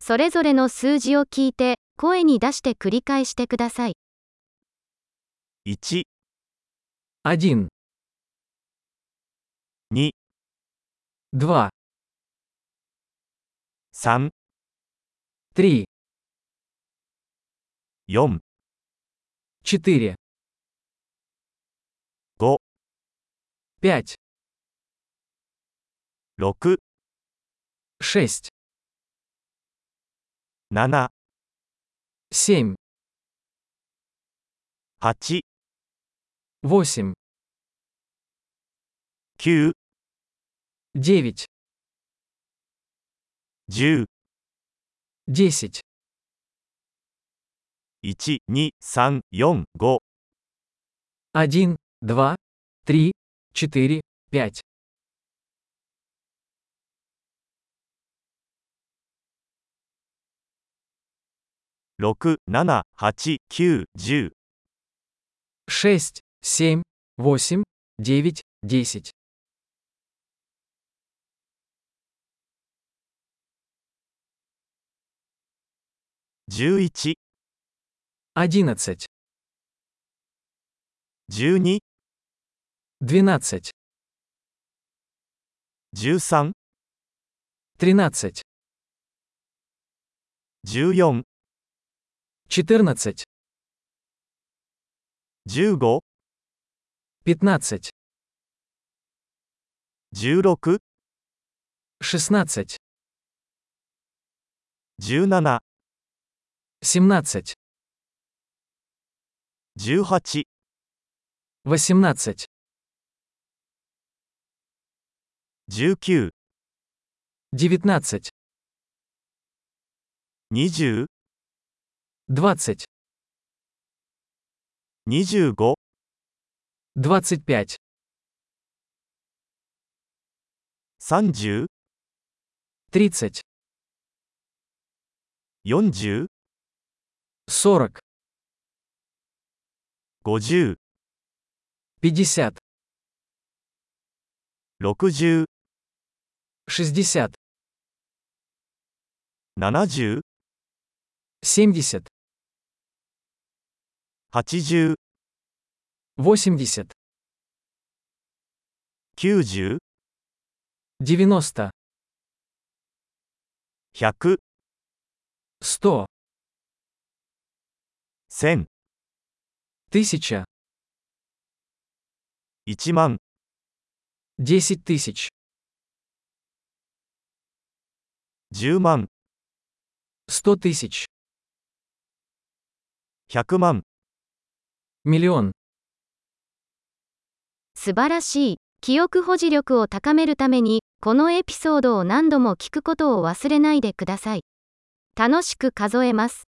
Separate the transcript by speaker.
Speaker 1: それぞれの数字を聞いて、声に出して繰り返してください。
Speaker 2: 1、
Speaker 3: один,
Speaker 2: 2、
Speaker 3: два,
Speaker 2: 3、
Speaker 3: три,
Speaker 2: 4、
Speaker 3: четыре,
Speaker 2: 5、
Speaker 3: пять,
Speaker 2: 6、
Speaker 3: шесть,
Speaker 2: 7、
Speaker 3: семь,
Speaker 2: 8、
Speaker 3: восемь,
Speaker 2: 9、
Speaker 3: девять,
Speaker 2: 10、
Speaker 3: десять,
Speaker 2: 1、2、3、4、5、
Speaker 3: один, два, три, четыре, пять,
Speaker 2: 6、7、8、9、10、
Speaker 3: шесть, семь, восемь, девять, десять,
Speaker 2: 11、
Speaker 3: одиннадцать,
Speaker 2: 12、
Speaker 3: двенадцать,
Speaker 2: 13、
Speaker 3: тринадцать,
Speaker 2: 14、
Speaker 3: четырнадцать,
Speaker 2: 15、
Speaker 3: пятнадцать,
Speaker 2: 16、
Speaker 3: шестнадцать,
Speaker 2: 17、
Speaker 3: семнадцать,
Speaker 2: 18、
Speaker 3: восемнадцать,
Speaker 2: 19、
Speaker 3: девятнадцать,
Speaker 2: 20、
Speaker 3: двадцать,
Speaker 2: 25、
Speaker 3: двадцать пять,
Speaker 2: 30、
Speaker 3: тридцать,
Speaker 2: 40、
Speaker 3: сорок,
Speaker 2: 50、
Speaker 3: пятьдесят,
Speaker 2: 60、
Speaker 3: шестьдесят,
Speaker 2: 70、
Speaker 3: семьдесят,
Speaker 2: 80、
Speaker 3: восемьдесят,
Speaker 2: 90、
Speaker 3: девяносто,
Speaker 2: 100、
Speaker 3: сто,
Speaker 2: 1000、
Speaker 3: тысяча,
Speaker 2: 1万、
Speaker 3: десять тысяч,
Speaker 2: 10万、
Speaker 3: сто тысяч,
Speaker 2: 100万、
Speaker 3: миллион.
Speaker 1: 素晴らしい。記憶保持力を高めるために、このエピソードを何度も聞くことを忘れないでください。楽しく数えます。